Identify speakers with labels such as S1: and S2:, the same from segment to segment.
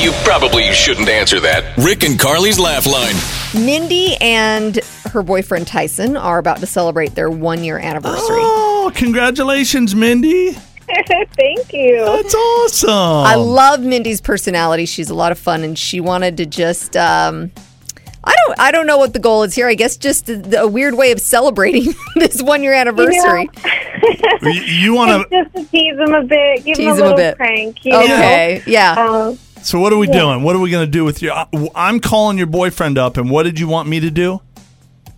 S1: you probably shouldn't answer that.
S2: Rick and Carly's Laugh Line.
S3: Mindy and her boyfriend Tyson are about to celebrate their one year anniversary.
S4: Oh, congratulations, Mindy.
S5: Thank you.
S4: That's awesome.
S3: I love Mindy's personality. She's a lot of fun, and she wanted to just. Um, I don't. I don't know what the goal is here. I guess just a, a weird way of celebrating this one year anniversary.
S4: you you want to.
S5: Just to tease him a bit, give
S3: Tease
S5: him a
S3: him a
S5: little
S3: bit.
S5: prank. You
S3: Okay. Yeah.
S5: Know? Um,
S4: So, what are we doing? What are we going to do with your. I- I'm calling your boyfriend up, and what did you want me to do?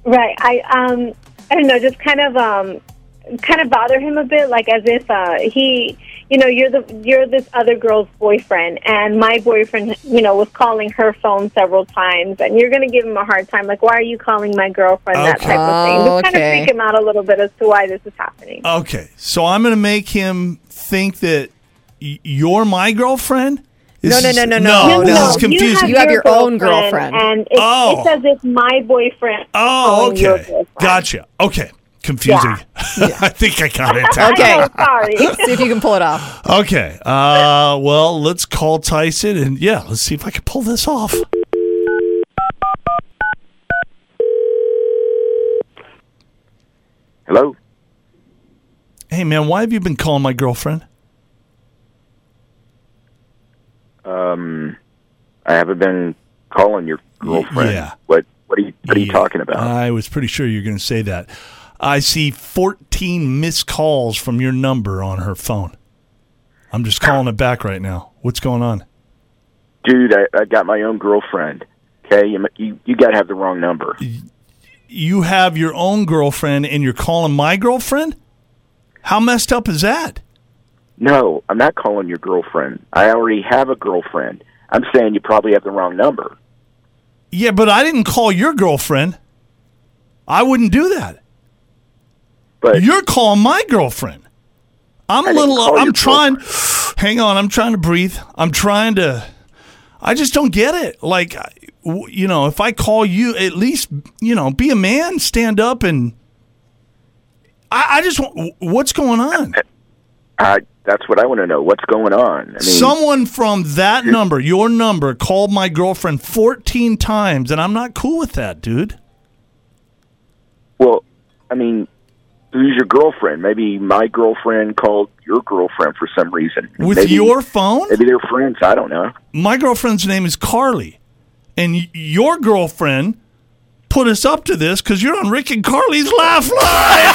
S5: right. I um I don't know, just kind of um kind of bother him a bit, like as if uh he you know, you're the you're this other girl's boyfriend and my boyfriend, you know, was calling her phone several times and you're gonna give him a hard time, like why are you calling my girlfriend that
S4: Okay.
S5: type of thing.
S3: Oh,
S5: Just kind
S3: okay.
S5: of freak him out a little bit as to why this is happening.
S4: Okay. So, I'm going to make him think that y- you're my girlfriend?
S3: No,
S4: This
S3: no,
S4: is-
S3: no, no, no,
S5: Oh,
S4: No, this
S3: no.
S4: is
S3: You
S4: confusing.
S3: You have your own girlfriend.
S5: and it's,
S4: Oh.
S5: it's as if my boyfriend.
S4: Oh,
S5: calling your
S4: okay.
S5: girlfriend.
S4: Gotcha. Okay. Confusing. I think I got it.
S5: I'm
S3: Okay.
S5: so sorry.
S3: See if you can pull it off.
S4: Okay. Uh, well, let's call Tyson and yeah, let's see if I can pull this off.
S6: Hello.
S4: Hey, man, why have you been calling my girlfriend?
S6: Um, I haven't been calling your girlfriend.
S4: yeah.
S6: What What are you What are you
S4: Yeah, Uh,
S6: talking about?
S4: I was pretty sure you were going to say that. I see 14 missed calls from your number on her phone. I'm just calling it back right now. What's going on?
S6: Dude, I, I got my own girlfriend. Okay, you you, you got to have the wrong number.
S4: You have your own girlfriend and you're calling my girlfriend? How messed up is that?
S6: No, I'm not calling your girlfriend. I already have a girlfriend. I'm saying you probably have the wrong number.
S4: Yeah, but I didn't call your girlfriend. I wouldn't do that.
S6: But
S4: You're calling my girlfriend. I'm a
S6: didn't
S4: little.
S6: call
S4: I'm
S6: your
S4: trying. Hang on. I'm trying to breathe. I'm trying to. I just don't get it. Like, I- w- you know, if I call you, at least you know, be a man, stand up, and I, I just. want- w- What's going on?
S6: I, that's what I want to know. What's going on? I mean,
S4: Someone from that number, your number, called my girlfriend 14 times, and I'm not cool with that, dude.
S6: well, I mean, who's your girlfriend? Maybe my girlfriend called your girlfriend for some reason.
S4: With
S6: Maybe-
S4: your phone.
S6: maybe they're friends. I don't know.
S4: my girlfriend's name is Carly, and y- your girlfriend put us up to this because you're on Rick and Carly's Laugh Line.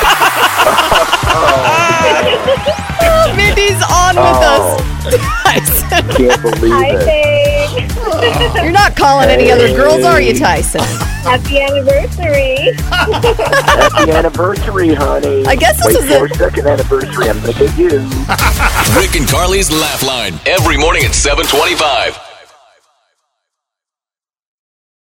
S3: Oh, Mindy's on with us. Tyson.
S6: Can't believe
S5: Hi,
S6: it.
S5: babe.
S3: You're not calling any other girls, are you, Tyson?
S5: Happy anniversary.
S6: Happy anniversary, honey.
S3: I guess this
S6: Wait
S3: is
S6: for
S3: a-
S6: our second anniversary. I'm gonna get you.
S2: Rick and Carly's Laugh Line.
S1: Every morning at 725.